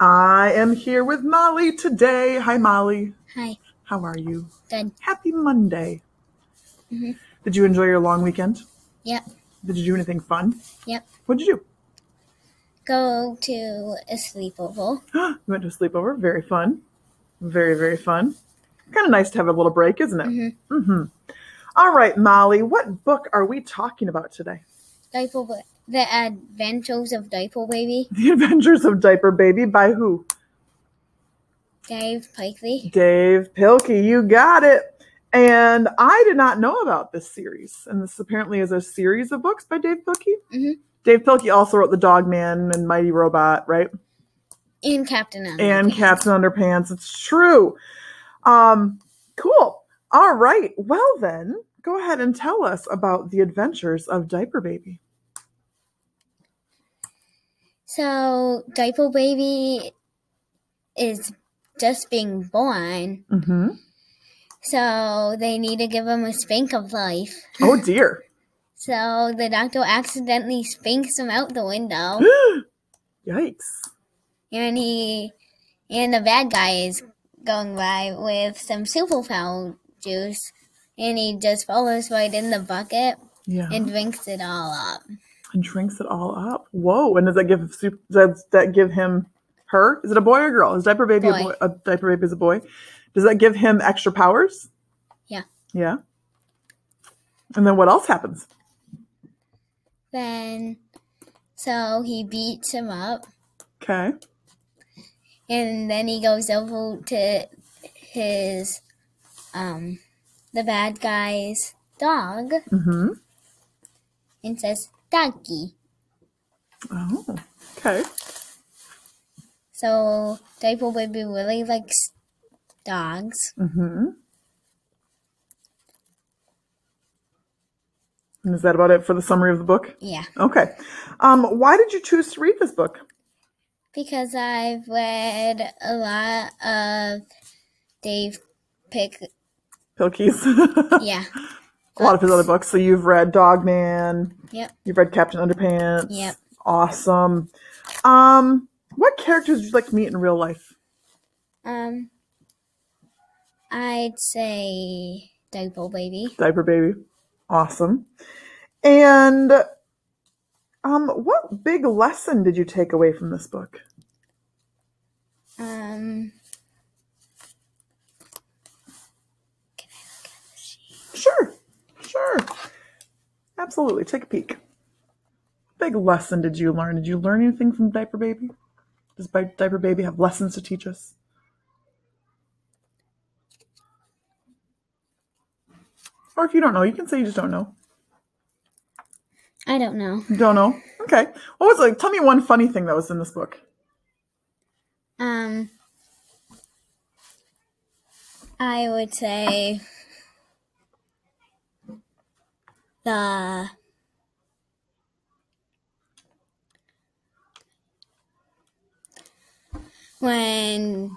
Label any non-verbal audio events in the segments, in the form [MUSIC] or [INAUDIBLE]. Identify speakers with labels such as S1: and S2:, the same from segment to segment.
S1: I am here with Molly today. Hi, Molly.
S2: Hi,
S1: How are you?
S2: good.
S1: Happy Monday.
S2: Mm-hmm.
S1: Did you enjoy your long weekend?
S2: Yep,
S1: Did you do anything fun?
S2: yep.
S1: What'd you
S2: Go to a sleepover.
S1: do? [GASPS] you went to a sleepover. Very fun. Very, very fun. Kind of nice to have a little break, isn't it?
S2: Mm-hmm.
S1: Mm-hmm. All right, Molly, what book are we talking about today?
S2: Diaper, Ba- the Adventures of Diaper Baby.
S1: The Adventures of Diaper Baby by who?
S2: Dave Pikely.
S1: Dave Pilkey, you got it. And I did not know about this series. And this apparently is a series of books by Dave Pilkey.
S2: Mm-hmm.
S1: Dave Pilkey also wrote The Dog Man and Mighty Robot, right?
S2: Mm-hmm. And Captain
S1: And
S2: Underpants.
S1: Captain Underpants. It's true. Um, cool. All right. Well, then, go ahead and tell us about the adventures of Diaper Baby.
S2: So Diaper Baby is just being born.
S1: Mm-hmm.
S2: So they need to give him a spank of life.
S1: Oh, dear.
S2: So the doctor accidentally spanks him out the window,
S1: Yikes.
S2: and he and the bad guy is going by with some superpower juice, and he just follows right in the bucket
S1: Yeah.
S2: [LAUGHS] and drinks it all up.
S1: And drinks it all up. Whoa. And does that give sup- does that give him her? Is it a boy or a girl? Is Diaper Baby a
S2: Boy.
S1: boy? A diaper Baby is a boy. Does that give him extra powers?
S2: Yeah.
S1: Yeah. And then what else happens?
S2: Then, so he beats him up,
S1: Okay.
S2: and then he goes over to his um the bad guy's dog
S1: Mm-hmm.
S2: and says doggy.
S1: Oh, okay.
S2: So diaper baby really likes dogs.
S1: Mm-hmm. And is that about it for the summary of the book?
S2: Yeah.
S1: Okay. Um, why did you choose to read this book?
S2: Because I've read a lot of Dave Pick.
S1: [LAUGHS] Pilkey's.
S2: Yeah.
S1: A lot of his other books. So you've read Dog Man.
S2: Yep.
S1: You've read Captain Underpants.
S2: Yep.
S1: Awesome. Um, what characters would you like to meet in real life?
S2: Um, I'd say Double Baby.
S1: Diaper Baby. Awesome. And um, what big lesson did you take away from this book?
S2: Um,
S1: Sure. Sure. Absolutely. Take a peek. big lesson did you learn? Did you learn anything from Diaper Baby? Does Bi- Diaper Baby have lessons to teach us? Or if you don't know, you can say you just don't know.
S2: I don't know.
S1: You Don't know. Okay. What was like? Tell me one funny thing that was in this book.
S2: Um, I would say the when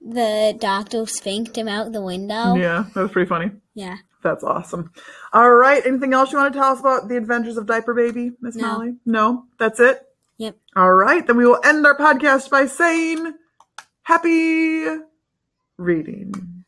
S2: the doctor spanked him out the window.
S1: Yeah, that was pretty funny.
S2: Yeah.
S1: That's awesome. All right. Anything else you want to tell us about the adventures of Diaper Baby, Miss
S2: No.
S1: Molly? No. That's it.
S2: Yep.
S1: All right. Then we will end our podcast by saying happy reading.